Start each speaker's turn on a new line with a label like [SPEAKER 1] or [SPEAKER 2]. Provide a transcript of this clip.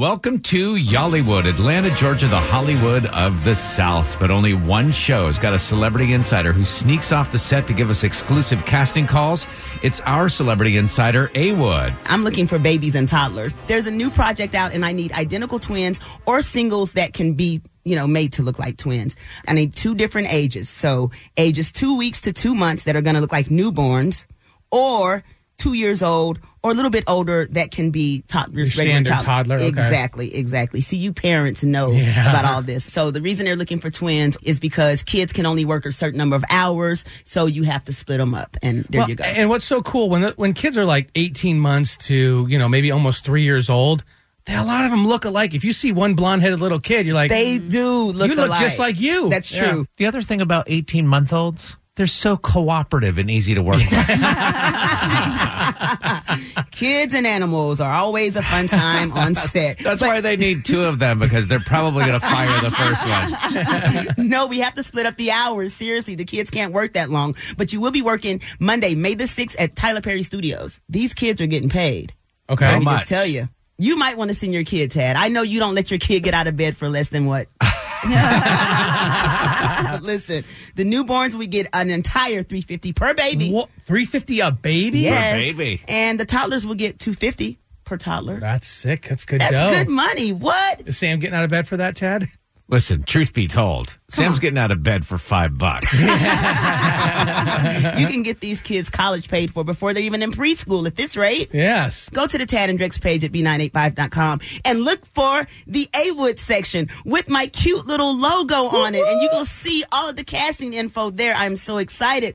[SPEAKER 1] Welcome to Yollywood, Atlanta, Georgia, the Hollywood of the South. But only one show has got a celebrity insider who sneaks off the set to give us exclusive casting calls. It's our celebrity insider, A Wood.
[SPEAKER 2] I'm looking for babies and toddlers. There's a new project out, and I need identical twins or singles that can be, you know, made to look like twins. I need two different ages. So ages two weeks to two months that are going to look like newborns, or two years old or a little bit older that can be toddlers.
[SPEAKER 3] Your
[SPEAKER 2] regular
[SPEAKER 3] standard toddler, okay.
[SPEAKER 2] Exactly, exactly. See, you parents know
[SPEAKER 3] Yeah.
[SPEAKER 2] about all this. So the reason they're looking for twins is because kids can only work a certain number of hours, so you have to split them up. And there
[SPEAKER 3] Well,
[SPEAKER 2] you go.
[SPEAKER 3] And what's so cool when the, when kids are like 18 months to you know maybe almost three years old, they, a lot of them look alike. If you see one blonde headed little kid, you're like,
[SPEAKER 2] they do look
[SPEAKER 3] Mm-hmm. you look
[SPEAKER 2] alike.
[SPEAKER 3] just like you.
[SPEAKER 2] That's
[SPEAKER 3] Yeah.
[SPEAKER 2] true.
[SPEAKER 1] The other thing about 18 month olds, they're so cooperative and easy to work with.
[SPEAKER 2] Kids and animals are always a fun time on set.
[SPEAKER 1] That's why they need two of them because they're probably going to fire the first one.
[SPEAKER 2] No, we have to split up the hours. Seriously, the kids can't work that long. But you will be working Monday, May the 6th at Tyler Perry Studios. These kids are getting paid.
[SPEAKER 3] Okay.
[SPEAKER 2] Let me
[SPEAKER 1] much?
[SPEAKER 2] just tell you. You might want to send your kid, Tad. I know you don't let your kid get out of bed for less than what? Listen, the newborns, we get an entire 350 per baby.
[SPEAKER 3] What, 350 a baby?
[SPEAKER 2] Yes.
[SPEAKER 1] baby.
[SPEAKER 2] And the toddlers will get 250 per toddler.
[SPEAKER 3] That's sick. That's good
[SPEAKER 2] That's
[SPEAKER 3] dough.
[SPEAKER 2] good money. What?
[SPEAKER 3] Is Sam getting out of bed for that, Tad?
[SPEAKER 1] Listen, truth be told, Sam's getting out of bed for five bucks.
[SPEAKER 2] you can get these kids college paid for before they're even in preschool at this rate.
[SPEAKER 3] Yes.
[SPEAKER 2] Go to the Tad and Drex page at b985.com and look for the A Wood section with my cute little logo on it. And you will see all of the casting info there. I'm so excited.